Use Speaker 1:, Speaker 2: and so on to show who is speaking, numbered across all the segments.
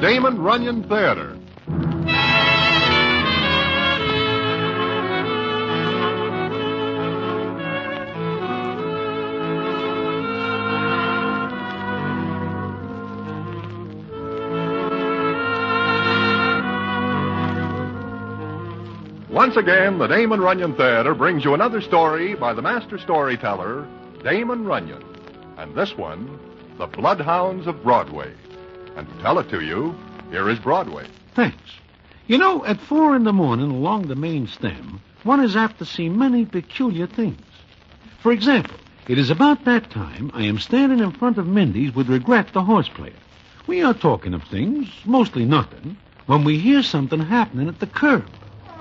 Speaker 1: Damon Runyon Theater. Once again, the Damon Runyon Theater brings you another story by the master storyteller, Damon Runyon. And this one, The Bloodhounds of Broadway. And to tell it to you, here is Broadway.
Speaker 2: Thanks. You know, at four in the morning along the main stem, one is apt to see many peculiar things. For example, it is about that time I am standing in front of Mindy's with regret the horse player. We are talking of things, mostly nothing, when we hear something happening at the curb.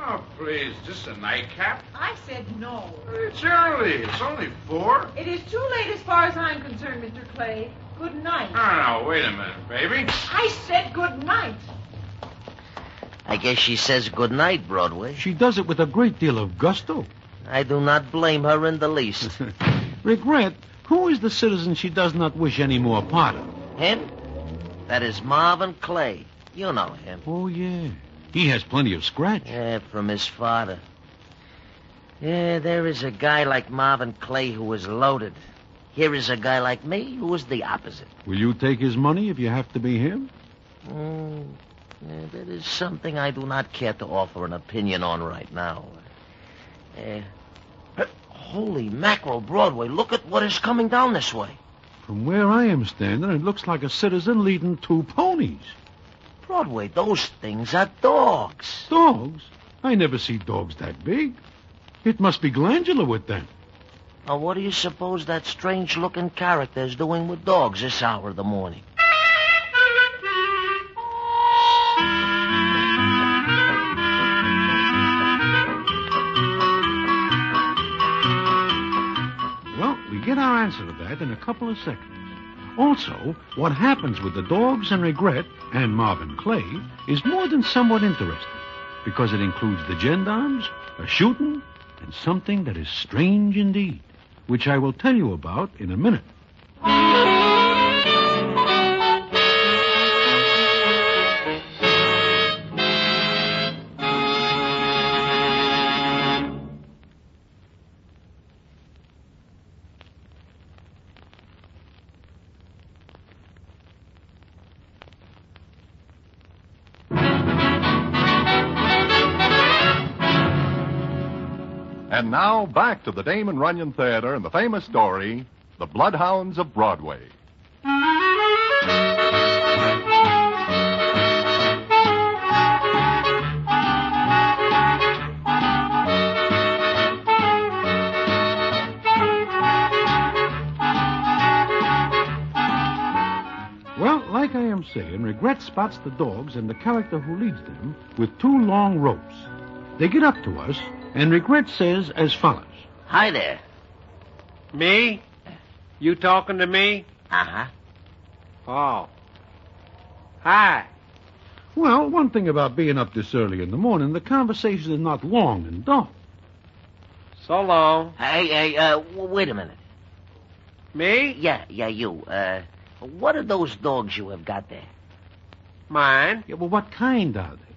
Speaker 3: Oh, please, just a nightcap.
Speaker 4: I said no.
Speaker 3: It's early. It's only four.
Speaker 4: It is too late as far as I'm concerned, Mr. Clay. Good night.
Speaker 3: Oh, no, wait a minute, baby.
Speaker 4: I said good night.
Speaker 5: I guess she says good night, Broadway.
Speaker 2: She does it with a great deal of gusto.
Speaker 5: I do not blame her in the least.
Speaker 2: Regret, who is the citizen she does not wish any more part of?
Speaker 5: him? That is Marvin Clay. You know him.
Speaker 2: Oh, yeah. He has plenty of scratch.
Speaker 5: Yeah, from his father. Yeah, there is a guy like Marvin Clay who was loaded. Here is a guy like me who is the opposite.
Speaker 2: Will you take his money if you have to be him?
Speaker 5: Mm, yeah, that is something I do not care to offer an opinion on right now. Uh, uh, holy mackerel, Broadway, look at what is coming down this way.
Speaker 2: From where I am standing, it looks like a citizen leading two ponies.
Speaker 5: Broadway, those things are dogs.
Speaker 2: Dogs? I never see dogs that big. It must be glandular with them.
Speaker 5: Now, what do you suppose that strange looking character is doing with dogs this hour of the morning?
Speaker 2: Well, we get our answer to that in a couple of seconds. Also, what happens with the dogs and regret and Marvin Clay is more than somewhat interesting because it includes the gendarmes, a shooting, and something that is strange indeed, which I will tell you about in a minute.
Speaker 1: And now back to the Damon Runyon Theater and the famous story, The Bloodhounds of Broadway.
Speaker 6: Uh,
Speaker 2: Well, like I am saying, Regret spots the dogs and the character who leads them with two long ropes. They get up to us, and Regret says as follows
Speaker 5: Hi there.
Speaker 7: Me? You talking to me?
Speaker 5: Uh huh.
Speaker 7: Oh. Hi.
Speaker 2: Well, one thing about being up this early in the morning, the conversations are not long and dull.
Speaker 7: So long.
Speaker 5: Hey, hey, uh, w- wait a minute.
Speaker 7: Me?
Speaker 5: Yeah, yeah, you. Uh, what are those dogs you have got there?
Speaker 7: Mine?
Speaker 2: Yeah, well, what kind are they?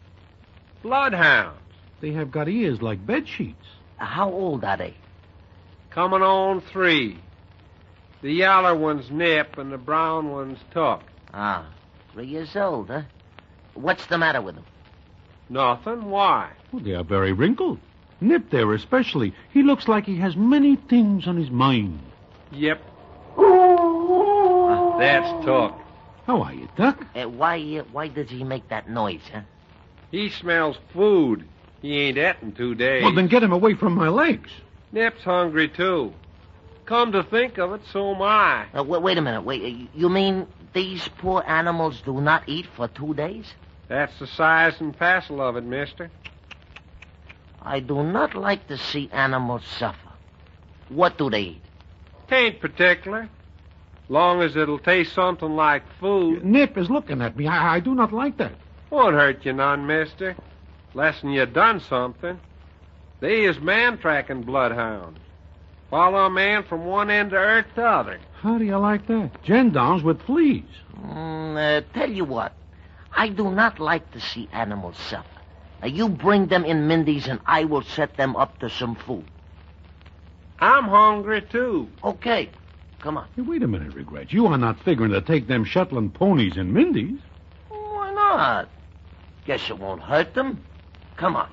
Speaker 7: Bloodhound.
Speaker 2: They have got ears like bed sheets.
Speaker 5: Uh, How old are they?
Speaker 7: Coming on three. The yaller one's nip and the brown one's tuck.
Speaker 5: Ah, three years old, huh? What's the matter with them?
Speaker 7: Nothing. Why?
Speaker 2: Well, they are very wrinkled. Nip there especially. He looks like he has many things on his mind.
Speaker 7: Yep. Ah, That's tuck.
Speaker 2: How are you, Duck?
Speaker 5: Uh, why, uh, why does he make that noise, huh?
Speaker 7: He smells food. He ain't et in two days.
Speaker 2: Well, then get him away from my legs.
Speaker 7: Nip's hungry, too. Come to think of it, so am I.
Speaker 5: Uh, wait, wait a minute. Wait, uh, you mean these poor animals do not eat for two days?
Speaker 7: That's the size and passel of it, mister.
Speaker 5: I do not like to see animals suffer. What do they eat?
Speaker 7: Tain't particular. Long as it'll taste something like food.
Speaker 2: Nip is looking at me. I, I do not like that.
Speaker 7: Won't hurt you none, mister. Lessen you done something. They is man tracking bloodhounds. Follow a man from one end of earth to other.
Speaker 2: How do you like that? Gendarmes with fleas.
Speaker 5: Mm, uh, tell you what. I do not like to see animals suffer. Now, you bring them in Mindy's and I will set them up to some food.
Speaker 7: I'm hungry, too.
Speaker 5: Okay, come on.
Speaker 2: Hey, wait a minute, Regret. You are not figuring to take them Shetland ponies and Mindy's.
Speaker 5: Why not? Guess it won't hurt them. Come on.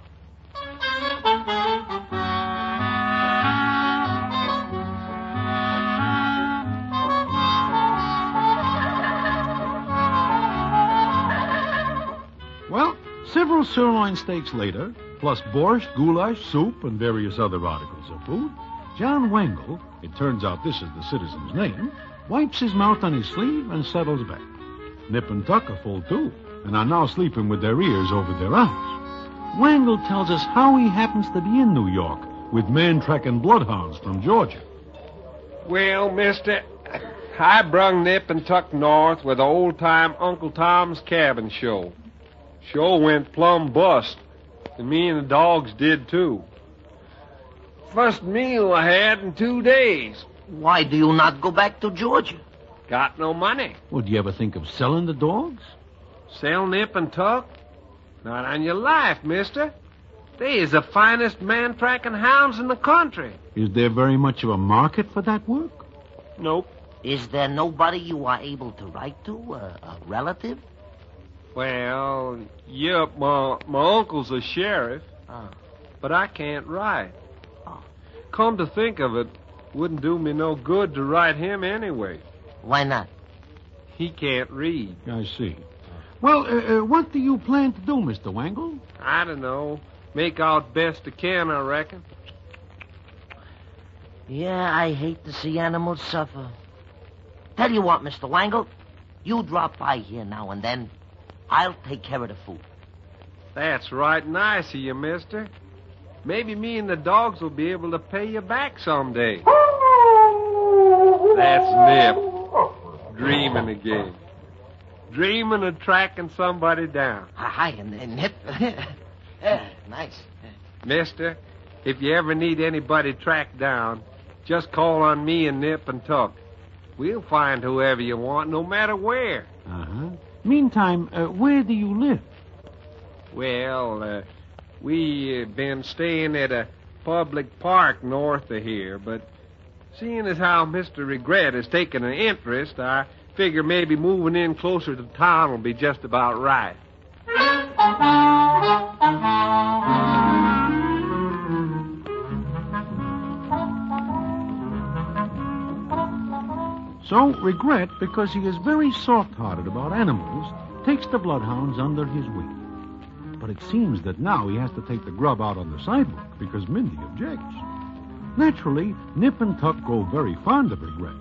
Speaker 2: Well, several sirloin steaks later, plus borscht, goulash, soup, and various other articles of food, John Wangle, it turns out this is the citizen's name, wipes his mouth on his sleeve and settles back. Nip and Tuck are full too, and are now sleeping with their ears over their eyes. Wangle tells us how he happens to be in New York with man tracking bloodhounds from Georgia.
Speaker 7: Well, mister, I brung Nip and Tuck north with the old time Uncle Tom's Cabin show. Show went plumb bust, and me and the dogs did too. First meal I had in two days.
Speaker 5: Why do you not go back to Georgia?
Speaker 7: Got no money.
Speaker 2: Would you ever think of selling the dogs?
Speaker 7: Sell Nip and Tuck? Not on your life, mister. They is the finest man tracking hounds in the country.
Speaker 2: Is there very much of a market for that work?
Speaker 7: Nope.
Speaker 5: Is there nobody you are able to write to? A, a relative?
Speaker 7: Well, yep, my, my uncle's a sheriff,
Speaker 5: Ah.
Speaker 7: but I can't write.
Speaker 5: Oh.
Speaker 7: Come to think of it, wouldn't do me no good to write him anyway.
Speaker 5: Why not?
Speaker 7: He can't read.
Speaker 2: I see. Well, uh, uh, what do you plan to do, Mr. Wangle?
Speaker 7: I don't know. Make out best I can, I reckon.
Speaker 5: Yeah, I hate to see animals suffer. Tell you what, Mr. Wangle, you drop by here now and then. I'll take care of the food.
Speaker 7: That's right nice of you, mister. Maybe me and the dogs will be able to pay you back someday. That's Nip. Dreaming again. Dreaming of tracking somebody down.
Speaker 5: Hi, and, and hip. yeah, nice.
Speaker 7: Mister, if you ever need anybody tracked down, just call on me and Nip and Tuck. We'll find whoever you want, no matter where.
Speaker 2: Uh huh. Meantime, uh, where do you live?
Speaker 7: Well, uh, we uh, been staying at a public park north of here, but seeing as how Mr. Regret has taken an interest, I figure maybe moving in closer to town will be just about right.
Speaker 2: So, regret, because he is very soft hearted about animals, takes the bloodhounds under his wing. But it seems that now he has to take the grub out on the sidewalk because Mindy objects. Naturally, Nip and Tuck grow very fond of regret.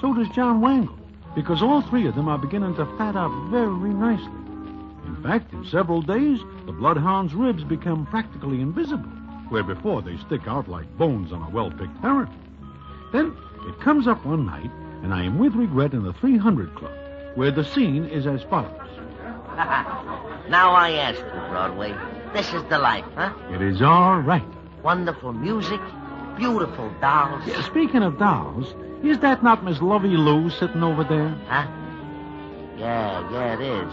Speaker 2: So does John Wangle, because all three of them are beginning to fat up very nicely. In fact, in several days, the bloodhound's ribs become practically invisible, where before they stick out like bones on a well picked herring. Then it comes up one night, and I am with regret in the 300 Club, where the scene is as follows.
Speaker 5: now I ask you, Broadway. This is the life, huh?
Speaker 2: It is all right.
Speaker 5: Wonderful music, beautiful dolls.
Speaker 2: Yeah, Speaking of dolls, is that not Miss Lovey Lou sitting over there?
Speaker 5: Huh? Yeah, yeah, it is.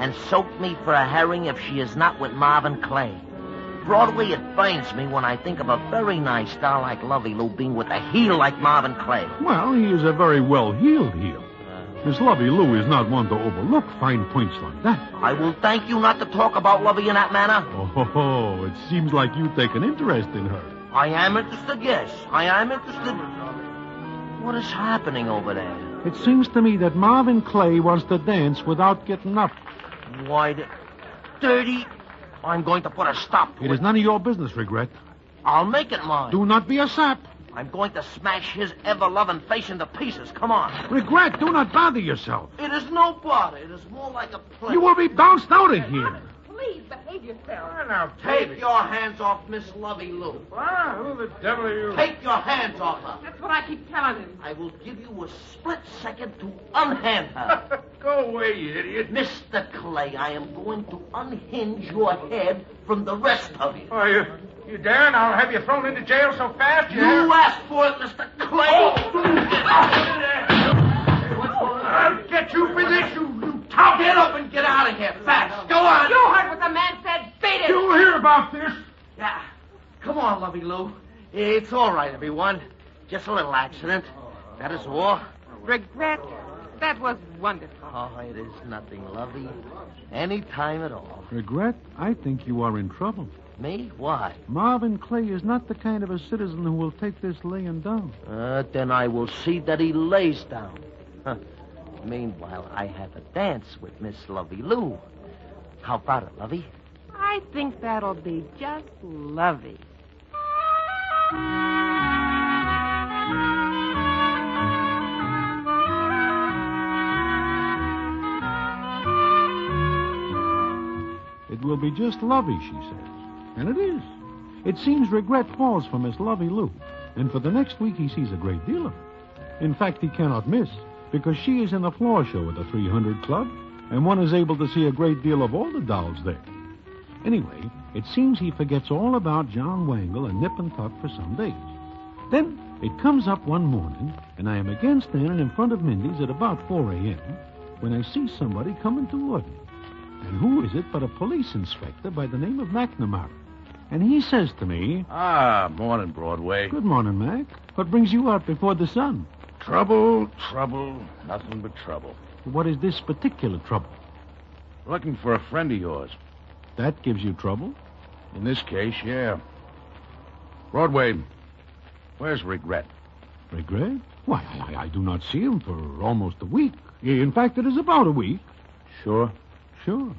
Speaker 5: And soak me for a herring if she is not with Marvin Clay. Broadway, it burns me when I think of a very nice doll like Lovey Lou being with a heel like Marvin Clay.
Speaker 2: Well, he is a very well heeled heel. Miss Lovey Lou is not one to overlook fine points like that.
Speaker 5: I will thank you not to talk about Lovey in that manner.
Speaker 2: Oh, ho, ho, it seems like you take an interest in her.
Speaker 5: I am interested, yes. I am interested. What is happening over there?
Speaker 2: It seems to me that Marvin Clay wants to dance without getting up.
Speaker 5: Why, the... Dirty... I'm going to put a stop to
Speaker 2: It is none of your business, Regret.
Speaker 5: I'll make it mine.
Speaker 2: Do not be a sap.
Speaker 5: I'm going to smash his ever-loving face into pieces. Come on.
Speaker 2: Regret, do not bother yourself.
Speaker 5: It is no bother. It is more like a play.
Speaker 2: You will be bounced out of here.
Speaker 4: Please behave yourself.
Speaker 7: now,
Speaker 5: Take your hands off Miss Lovey Lou.
Speaker 7: Ah, who the devil are you?
Speaker 5: Take your hands off her.
Speaker 4: That's what I keep telling him.
Speaker 5: I will give you a split second to unhand her.
Speaker 7: Go away, you idiot.
Speaker 5: Mr. Clay, I am going to unhinge your head from the rest of you.
Speaker 7: Are Oh, you, you daring? I'll have you thrown into jail so fast
Speaker 5: You asked for it, Mr. Clay.
Speaker 7: I'll get you for this, you, you top.
Speaker 5: Oh. Get up and get out of here. Ah, Lovey Lou. It's all right, everyone. Just a little accident. That is all.
Speaker 8: Regret? That was wonderful.
Speaker 5: Oh, it is nothing, Lovey. Any time at all.
Speaker 2: Regret? I think you are in trouble.
Speaker 5: Me? Why?
Speaker 2: Marvin Clay is not the kind of a citizen who will take this laying down.
Speaker 5: Uh, then I will see that he lays down. Huh. Meanwhile, I have a dance with Miss Lovey Lou. How about it, Lovey?
Speaker 8: I think that'll be just lovely.
Speaker 2: It will be just Lovey, she says. And it is. It seems regret falls for Miss Lovey Lou, and for the next week he sees a great deal of her. In fact, he cannot miss, because she is in the floor show at the 300 Club, and one is able to see a great deal of all the dolls there. Anyway, it seems he forgets all about John Wangle and Nip and Tuck for some days. Then it comes up one morning, and I am again standing in front of Mindy's at about 4 a.m. when I see somebody coming toward me. And who is it but a police inspector by the name of McNamara? And he says to me,
Speaker 6: Ah, morning, Broadway.
Speaker 2: Good morning, Mac. What brings you out before the sun?
Speaker 6: Trouble, trouble, nothing but trouble.
Speaker 2: What is this particular trouble?
Speaker 6: Looking for a friend of yours.
Speaker 2: That gives you trouble?
Speaker 6: In this case, yeah. Broadway, where's regret?
Speaker 2: Regret? Why, I, I do not see him for almost a week. In fact, it is about a week.
Speaker 6: Sure.
Speaker 2: Sure.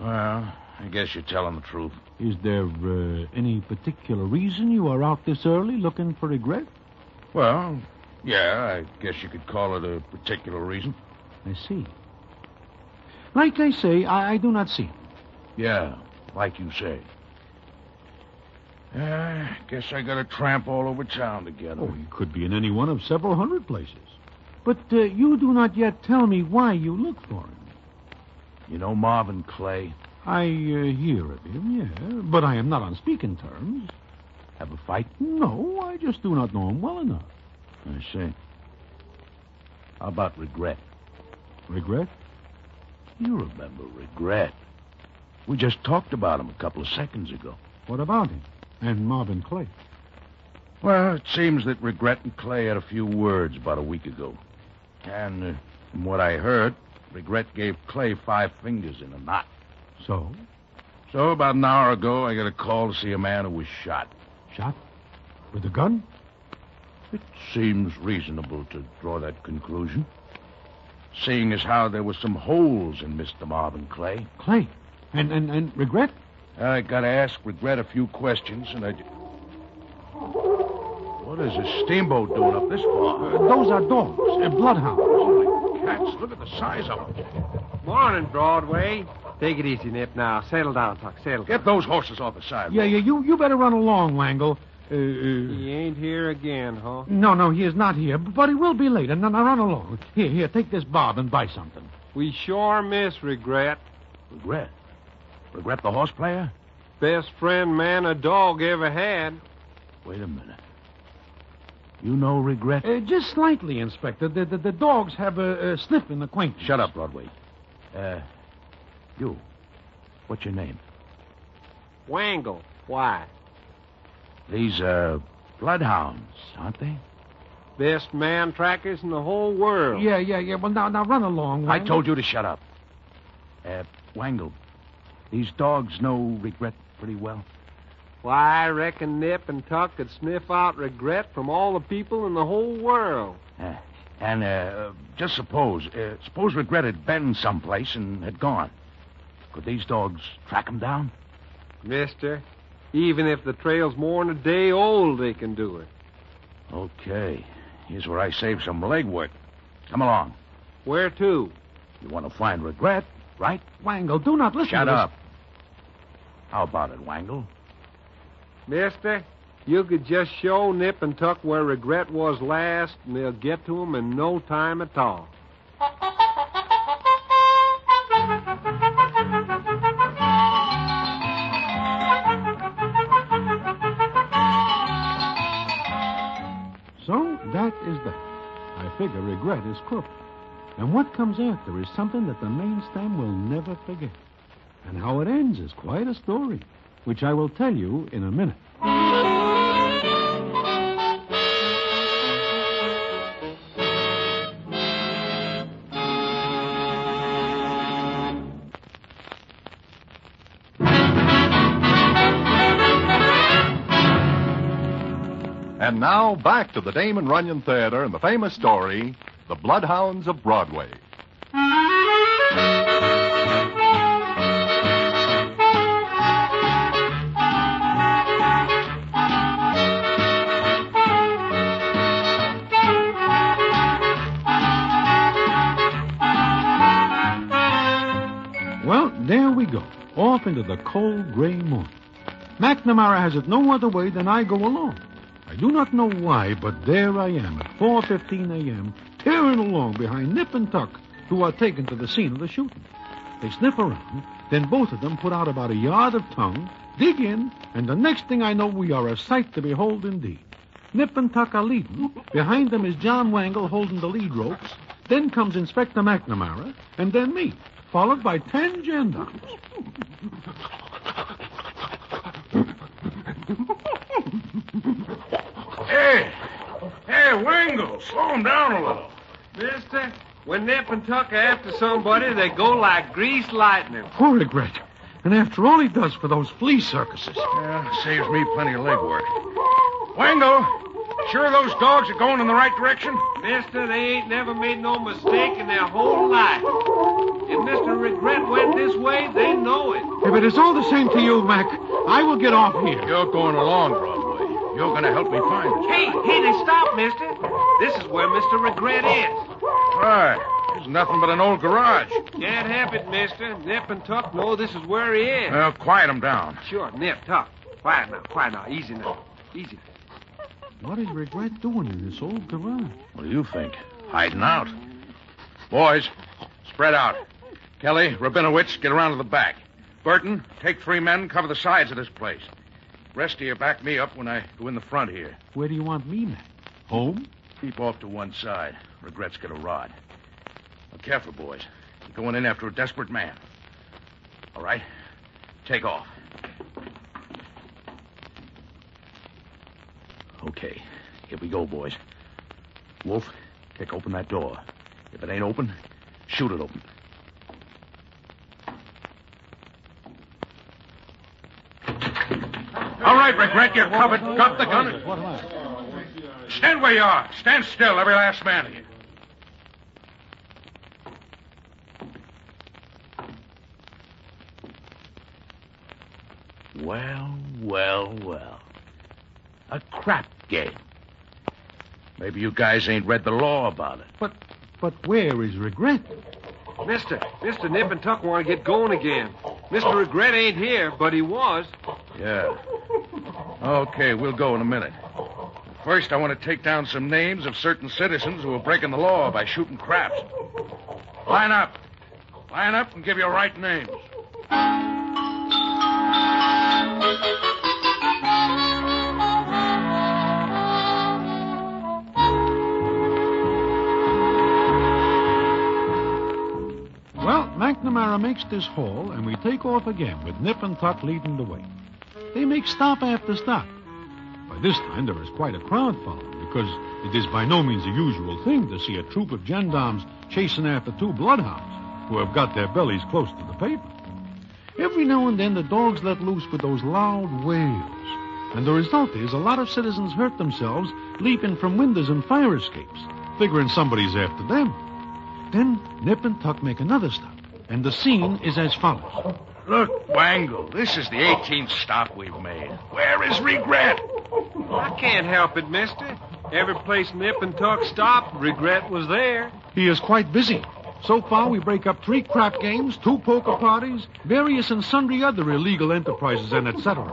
Speaker 6: Well, I guess you're telling the truth.
Speaker 2: Is there uh, any particular reason you are out this early looking for regret?
Speaker 6: Well, yeah, I guess you could call it a particular reason.
Speaker 2: I see. Like I say, I, I do not see. him.
Speaker 6: Yeah, like you say. I guess I gotta tramp all over town together.
Speaker 2: Oh, he could be in any one of several hundred places. But uh, you do not yet tell me why you look for him.
Speaker 6: You know Marvin Clay?
Speaker 2: I uh, hear of him, yeah, but I am not on speaking terms.
Speaker 6: Have a fight?
Speaker 2: No, I just do not know him well enough.
Speaker 6: I see. How about regret?
Speaker 2: Regret?
Speaker 6: You remember regret. We just talked about him a couple of seconds ago.
Speaker 2: What about him? And Marvin Clay.
Speaker 6: Well, it seems that Regret and Clay had a few words about a week ago. And uh, from what I heard, Regret gave Clay five fingers in a knot.
Speaker 2: So,
Speaker 6: So about an hour ago, I got a call to see a man who was shot.
Speaker 2: shot? With a gun?
Speaker 6: It seems reasonable to draw that conclusion, seeing as how there were some holes in Mr. Marvin Clay.
Speaker 2: Clay. And, and, and regret?
Speaker 6: I got to ask Regret a few questions, and I. ju- What is a steamboat doing up this far?
Speaker 2: Those are dogs, uh, bloodhounds.
Speaker 6: Holy cats, look at the size of them.
Speaker 7: Morning, Broadway. Take it easy, Nip, now. Settle down, Tuck. Settle down.
Speaker 6: Get those horses off the sidewalk.
Speaker 2: Yeah, yeah, you, you better run along, Wangle. Uh, uh,
Speaker 7: He ain't here again, huh?
Speaker 2: No, no, he is not here, but he will be later. Now, now run along. Here, here, take this bob and buy something.
Speaker 7: We sure miss regret.
Speaker 6: Regret? Regret the horse player?
Speaker 7: Best friend man a dog ever had.
Speaker 6: Wait a minute. You know regret?
Speaker 2: Uh, just slightly, Inspector. The, the, the dogs have a, a sniff in the quaint.
Speaker 6: Shut up, Broadway. Uh, you. What's your name?
Speaker 7: Wangle. Why?
Speaker 6: These are bloodhounds, aren't they?
Speaker 7: Best man trackers in the whole world.
Speaker 2: Yeah, yeah, yeah. Well, now, now run along.
Speaker 6: I told you to shut up. Uh, Wangle, these dogs know regret pretty well.
Speaker 7: Why, I reckon Nip and Tuck could sniff out regret from all the people in the whole world.
Speaker 6: Uh, and uh, just suppose, uh, suppose regret had been someplace and had gone. Could these dogs track him down?
Speaker 7: Mister, even if the trail's more than a day old, they can do it.
Speaker 6: Okay. Here's where I save some legwork. Come along.
Speaker 7: Where to?
Speaker 6: You want to find regret, right?
Speaker 2: Wangle, do not listen
Speaker 6: Shut
Speaker 2: to this-
Speaker 6: up. How about it, Wangle?
Speaker 7: Mister, you could just show Nip and Tuck where regret was last, and they'll get to 'em in no time at all.
Speaker 2: So that is that. I figure regret is cooked. And what comes after is something that the main stem will never forget. And how it ends is quite a story, which I will tell you in a minute.
Speaker 1: And now back to the Damon Runyon Theater and the famous story, The Bloodhounds of Broadway.
Speaker 2: Well, there we go, off into the cold gray morning. McNamara has it no other way than I go along. I do not know why, but there I am at 4.15 a.m., tearing along behind Nip and Tuck, who are taken to the scene of the shooting. They sniff around, then both of them put out about a yard of tongue, dig in, and the next thing I know, we are a sight to behold indeed. Nip and Tuck are leading. Behind them is John Wangle holding the lead ropes. Then comes Inspector McNamara, and then me, followed by ten gendarmes.
Speaker 3: Hey! Hey, Wingo, slow him down a little.
Speaker 7: Mister, when Nip and Tuck are after somebody, they go like greased lightning.
Speaker 2: Poor regret. And after all he does for those flea circuses.
Speaker 6: Yeah, saves me plenty of legwork.
Speaker 3: Wingo, sure those dogs are going in the right direction?
Speaker 7: Mister, they ain't never made no mistake in their whole life. If Mr. Regret went this way, they know it.
Speaker 2: If it is all the same to you, Mac, I will get off here.
Speaker 6: You're going along, Broadway. You're going to help me find this.
Speaker 7: Hey, hey, they stop, mister. This is where Mr. Regret is.
Speaker 6: Why? It's nothing but an old garage.
Speaker 7: Can't have it, mister. Nip and Tuck know this is where he is.
Speaker 6: Well, quiet him down.
Speaker 7: Sure, Nip, Tuck. Quiet now, quiet now. Easy now. Easy.
Speaker 2: What is regret doing in this old garage?
Speaker 6: What do you think? Hiding out. Boys, spread out. Kelly, Rabinowitz, get around to the back. Burton, take three men, cover the sides of this place. Rest of you back me up when I go in the front here.
Speaker 2: Where do you want me, Mac? Home?
Speaker 6: Keep off to one side. Regret's got a rod. Now, careful, boys. You're going in after a desperate man. All right? Take off. Okay. Here we go, boys. Wolf, kick open that door. If it ain't open, shoot it open.
Speaker 3: All right, Regret, you're covered. Drop the gun.
Speaker 2: What am I?
Speaker 3: Stand where you are. Stand still, every last man of you.
Speaker 6: Well, well, well. A crap game. Maybe you guys ain't read the law about it.
Speaker 2: But, but where is regret?
Speaker 7: Mister, Mister Nip and Tuck want to get going again. Mister Regret ain't here, but he was.
Speaker 6: Yeah. Okay, we'll go in a minute. First, I want to take down some names of certain citizens who are breaking the law by shooting craps. Line up. Line up and give your right names.
Speaker 2: Well, McNamara makes this haul, and we take off again with Nip and Tuck leading the way. They make stop after stop. By this time, there is quite a crowd following because it is by no means a usual thing to see a troop of gendarmes chasing after two bloodhounds who have got their bellies close to the pavement. Every now and then, the dogs let loose with those loud wails, and the result is a lot of citizens hurt themselves leaping from windows and fire escapes, figuring somebody's after them. Then Nip and Tuck make another stop, and the scene is as follows.
Speaker 6: Look, Wangle, this is the 18th stop we've made. Where is regret?
Speaker 7: I can't help it, mister. Every place Nip and Tuck stopped, Regret was there.
Speaker 2: He is quite busy. So far, we break up three crap games, two poker parties, various and sundry other illegal enterprises, and etc.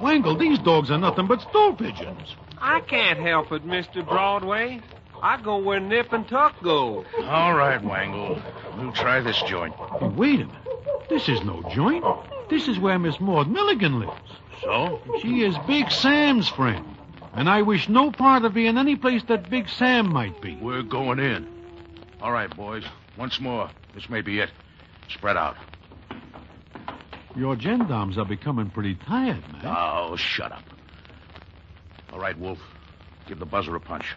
Speaker 2: Wangle, these dogs are nothing but stool pigeons.
Speaker 7: I can't help it, Mister Broadway. I go where Nip and Tuck go.
Speaker 6: All right, Wangle. We'll try this joint.
Speaker 2: Hey, wait a minute. This is no joint. This is where Miss Maud Milligan lives.
Speaker 6: So?
Speaker 2: She is Big Sam's friend. And I wish no part of being any place that Big Sam might be.
Speaker 6: We're going in. All right, boys. Once more. This may be it. Spread out.
Speaker 2: Your gendarmes are becoming pretty tired, man.
Speaker 6: Oh, shut up. All right, Wolf. Give the buzzer a punch.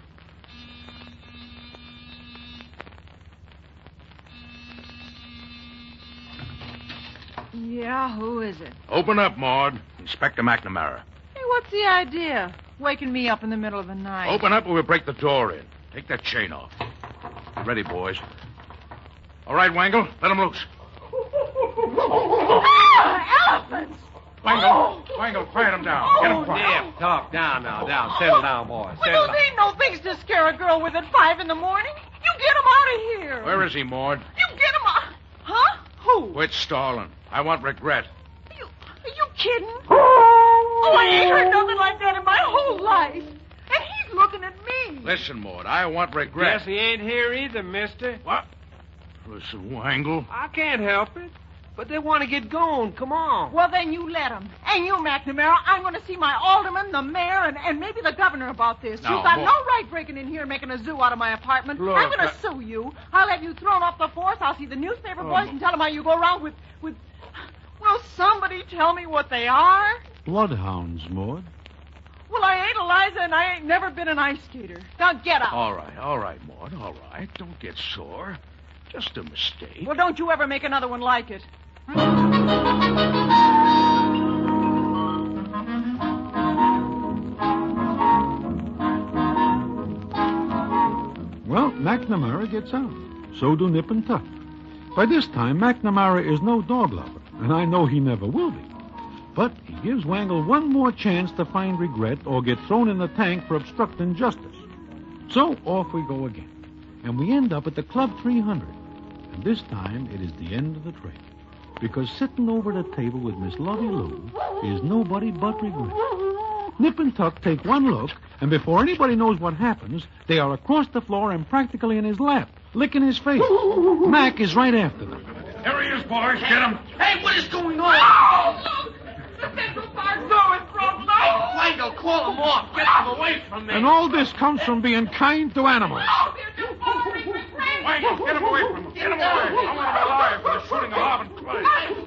Speaker 8: Yeah, who is it?
Speaker 6: Open up, Maud. Inspector McNamara.
Speaker 8: Hey, what's the idea? Waking me up in the middle of the night.
Speaker 6: Open up or we'll break the door in. Take that chain off. Get ready, boys. All right, Wangle, let him loose.
Speaker 4: Ah, elephants!
Speaker 6: Wangle, Wangle, quiet him down. Get him quiet.
Speaker 7: Yeah, talk. Down now, down. Settle down, boy.
Speaker 4: Well,
Speaker 7: Settle
Speaker 4: those
Speaker 7: down.
Speaker 4: ain't no things to scare a girl with at five in the morning. You get 'em out of here.
Speaker 6: Where is he, Maud?
Speaker 4: You get 'em out. Huh? Who?
Speaker 6: Quit stalling. I want regret.
Speaker 4: You, are you kidding? Oh, I ain't heard nothing like that in my whole life. And he's looking at me.
Speaker 6: Listen, Maud, I want regret.
Speaker 7: Guess he ain't here either, mister.
Speaker 6: What? Listen, Wangle.
Speaker 7: I can't help it. But they want to get going. Come on.
Speaker 4: Well, then you let him. And you, McNamara, I'm going to see my alderman, the mayor, and, and maybe the governor about this.
Speaker 6: Now,
Speaker 4: You've got
Speaker 6: boy-
Speaker 4: no right breaking in here and making a zoo out of my apartment.
Speaker 7: Look,
Speaker 4: I'm going
Speaker 7: I-
Speaker 4: to sue you. I'll have you thrown off the force. I'll see the newspaper boys and tell them how you go around with, with... Will somebody tell me what they are?
Speaker 2: Bloodhounds, Maud.
Speaker 4: Well, I ain't Eliza, and I ain't never been an ice skater. Now get up.
Speaker 6: All right, all right, Maud, all right. Don't get sore. Just a mistake.
Speaker 4: Well, don't you ever make another one like it.
Speaker 2: Well, McNamara gets out. So do Nip and Tuck. By this time, McNamara is no dog lover, and I know he never will be. But he gives Wangle one more chance to find regret or get thrown in the tank for obstructing justice. So off we go again. And we end up at the Club 300. And this time, it is the end of the trail. Because sitting over the table with Miss Lovey Lou is nobody but regret. Nip and Tuck take one look, and before anybody knows what happens, they are across the floor and practically in his lap, licking his face. Mac is right after them.
Speaker 3: Here he is, boys. Get him.
Speaker 5: Hey, what is going on?
Speaker 4: The Central Park Zoo is broken up.
Speaker 5: Wangle, call him off. Get him away from me.
Speaker 2: And all this comes from being kind to animals.
Speaker 4: Oh, they're just following the train.
Speaker 3: Wangle, get him away from him. Get him away. I want him alive for the shooting of Marvin Clay.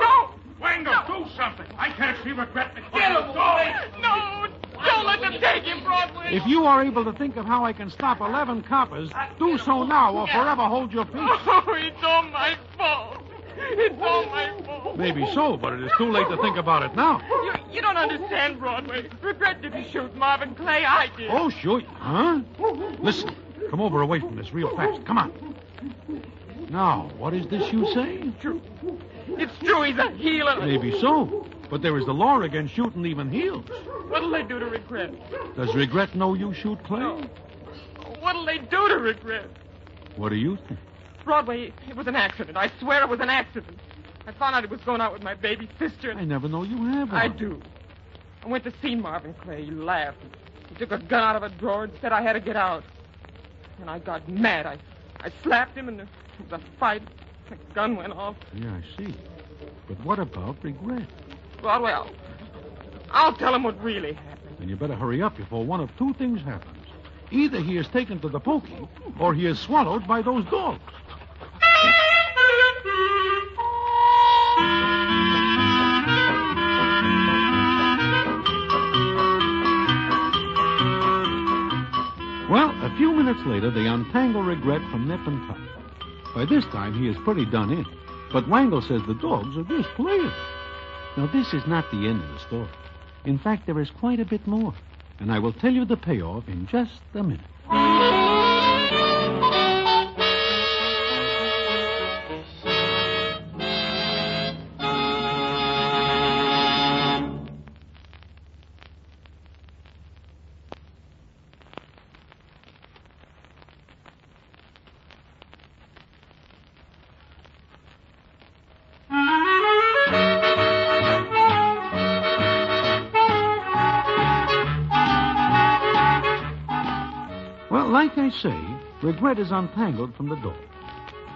Speaker 4: No,
Speaker 3: Wangle, do something. I can't see regret. Get
Speaker 4: no, don't let them take him, Broadway.
Speaker 2: If you are able to think of how I can stop 11 coppers, do so now or forever hold your peace.
Speaker 4: Oh, it's all my fault. It's all my fault.
Speaker 2: Maybe so, but it is too late to think about it now.
Speaker 4: You, you don't understand, Broadway. Regret didn't shoot Marvin Clay. I did.
Speaker 2: Oh, sure. Huh? Listen, come over away from this real fast. Come on. Now, what is this you say?
Speaker 4: It's true. He's a healer.
Speaker 2: Maybe so. But there is the law against shooting even heels.
Speaker 4: What'll they do to regret?
Speaker 2: Does regret know you shoot Clay?
Speaker 4: What'll they do to regret?
Speaker 2: What do you think?
Speaker 4: Broadway, it was an accident. I swear it was an accident. I found out he was going out with my baby sister, and
Speaker 2: I never know you have. one.
Speaker 4: I do. I went to see Marvin Clay. He laughed. He took a gun out of a drawer and said I had to get out. And I got mad. I, I slapped him, and there was a fight. The gun went off.
Speaker 2: Yeah, I see. But what about regret?
Speaker 4: Broadway, I'll, I'll tell him what really happened.
Speaker 2: Then you better hurry up before one of two things happens. Either he is taken to the pokey, or he is swallowed by those dogs. Well, a few minutes later, they untangle Regret from Nip and Tuck. By this time, he is pretty done in. But Wangle says the dogs are just players. Now, this is not the end of the story. In fact, there is quite a bit more. And I will tell you the payoff in just a minute. Well, like I say, regret is untangled from the dog.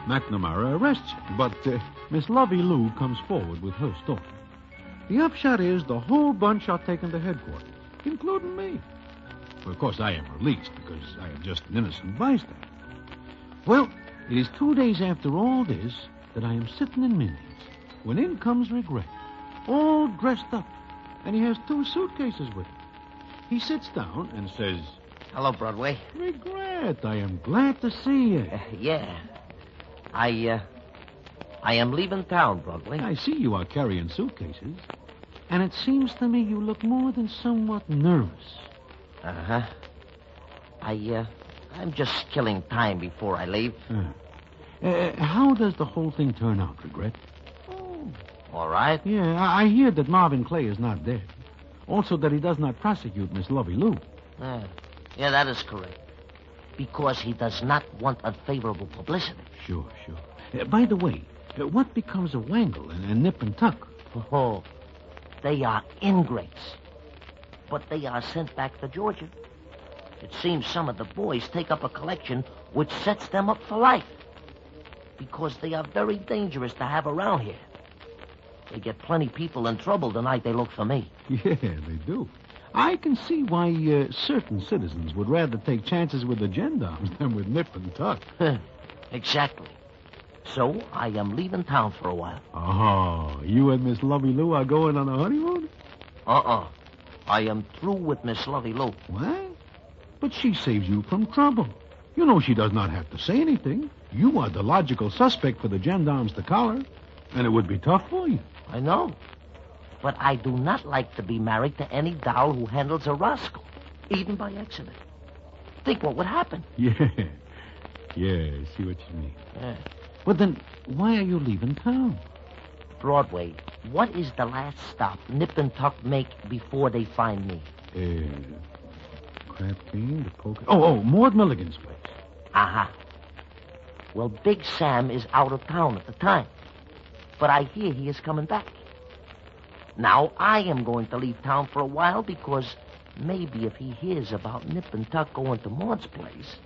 Speaker 2: McNamara arrests him, but uh, Miss Lovey Lou comes forward with her story. The upshot is the whole bunch are taken to headquarters, including me. Well, of course, I am released because I am just an innocent bystander. Well, it is two days after all this that I am sitting in Minnie's when in comes Regret, all dressed up, and he has two suitcases with him. He sits down and says,
Speaker 5: Hello, Broadway.
Speaker 2: Regret, I am glad to see you.
Speaker 5: Uh, Yeah. I, uh. I am leaving town, Broadway.
Speaker 2: I see you are carrying suitcases. And it seems to me you look more than somewhat nervous.
Speaker 5: Uh huh. I, uh. I'm just killing time before I leave.
Speaker 2: Huh. Uh, how does the whole thing turn out, Regret?
Speaker 5: All right.
Speaker 2: Yeah, I, I hear that Marvin Clay is not dead. Also, that he does not prosecute Miss Lovey Lou.
Speaker 5: Yeah. Uh, yeah, that is correct. Because he does not want unfavorable publicity.
Speaker 2: Sure, sure. Uh, by the way, uh, what becomes of Wangle and, and Nip and Tuck?
Speaker 5: Oh, they are ingrates. But they are sent back to Georgia. It seems some of the boys take up a collection which sets them up for life. Because they are very dangerous to have around here. They get plenty people in trouble the night they look for me.
Speaker 2: Yeah, they do. I can see why uh, certain citizens would rather take chances with the gendarmes than with Nip and Tuck.
Speaker 5: Exactly. So I am leaving town for a while.
Speaker 2: Oh, you and Miss Lovey Lou are going on a honeymoon?
Speaker 5: Uh-uh. I am through with Miss Lovey Lou.
Speaker 2: What? But she saves you from trouble. You know she does not have to say anything. You are the logical suspect for the gendarmes to collar, and it would be tough for you.
Speaker 5: I know. But I do not like to be married to any doll who handles a rascal, even by accident. Think what would happen.
Speaker 2: Yeah. Yeah, I see what you mean.
Speaker 5: Yeah.
Speaker 2: But then, why are you leaving town?
Speaker 5: Broadway, what is the last stop Nip and Tuck make before they find me?
Speaker 2: Uh, crab king, the poker. Oh, oh, Maud Milligan's place.
Speaker 5: Aha. Well, Big Sam is out of town at the time. But I hear he is coming back. Now, I am going to leave town for a while because maybe if he hears about Nip and Tuck going to Maud's place,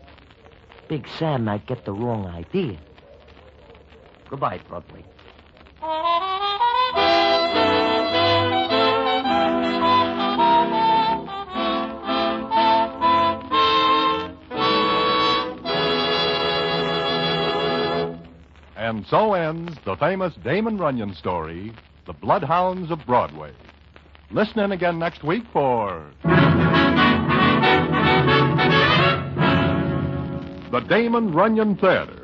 Speaker 5: Big Sam might get the wrong idea. Goodbye, Broadway.
Speaker 1: And so ends the famous Damon Runyon story, The Bloodhounds of Broadway. Listen in again next week for. The Damon Runyon Theater.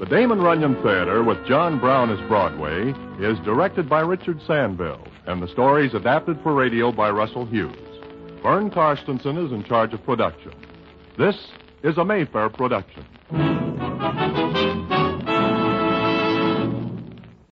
Speaker 1: The Damon Runyon Theater with John Brown as Broadway is directed by Richard Sandville, and the story is adapted for radio by Russell Hughes. Vern Karstensen is in charge of production. This is a Mayfair production.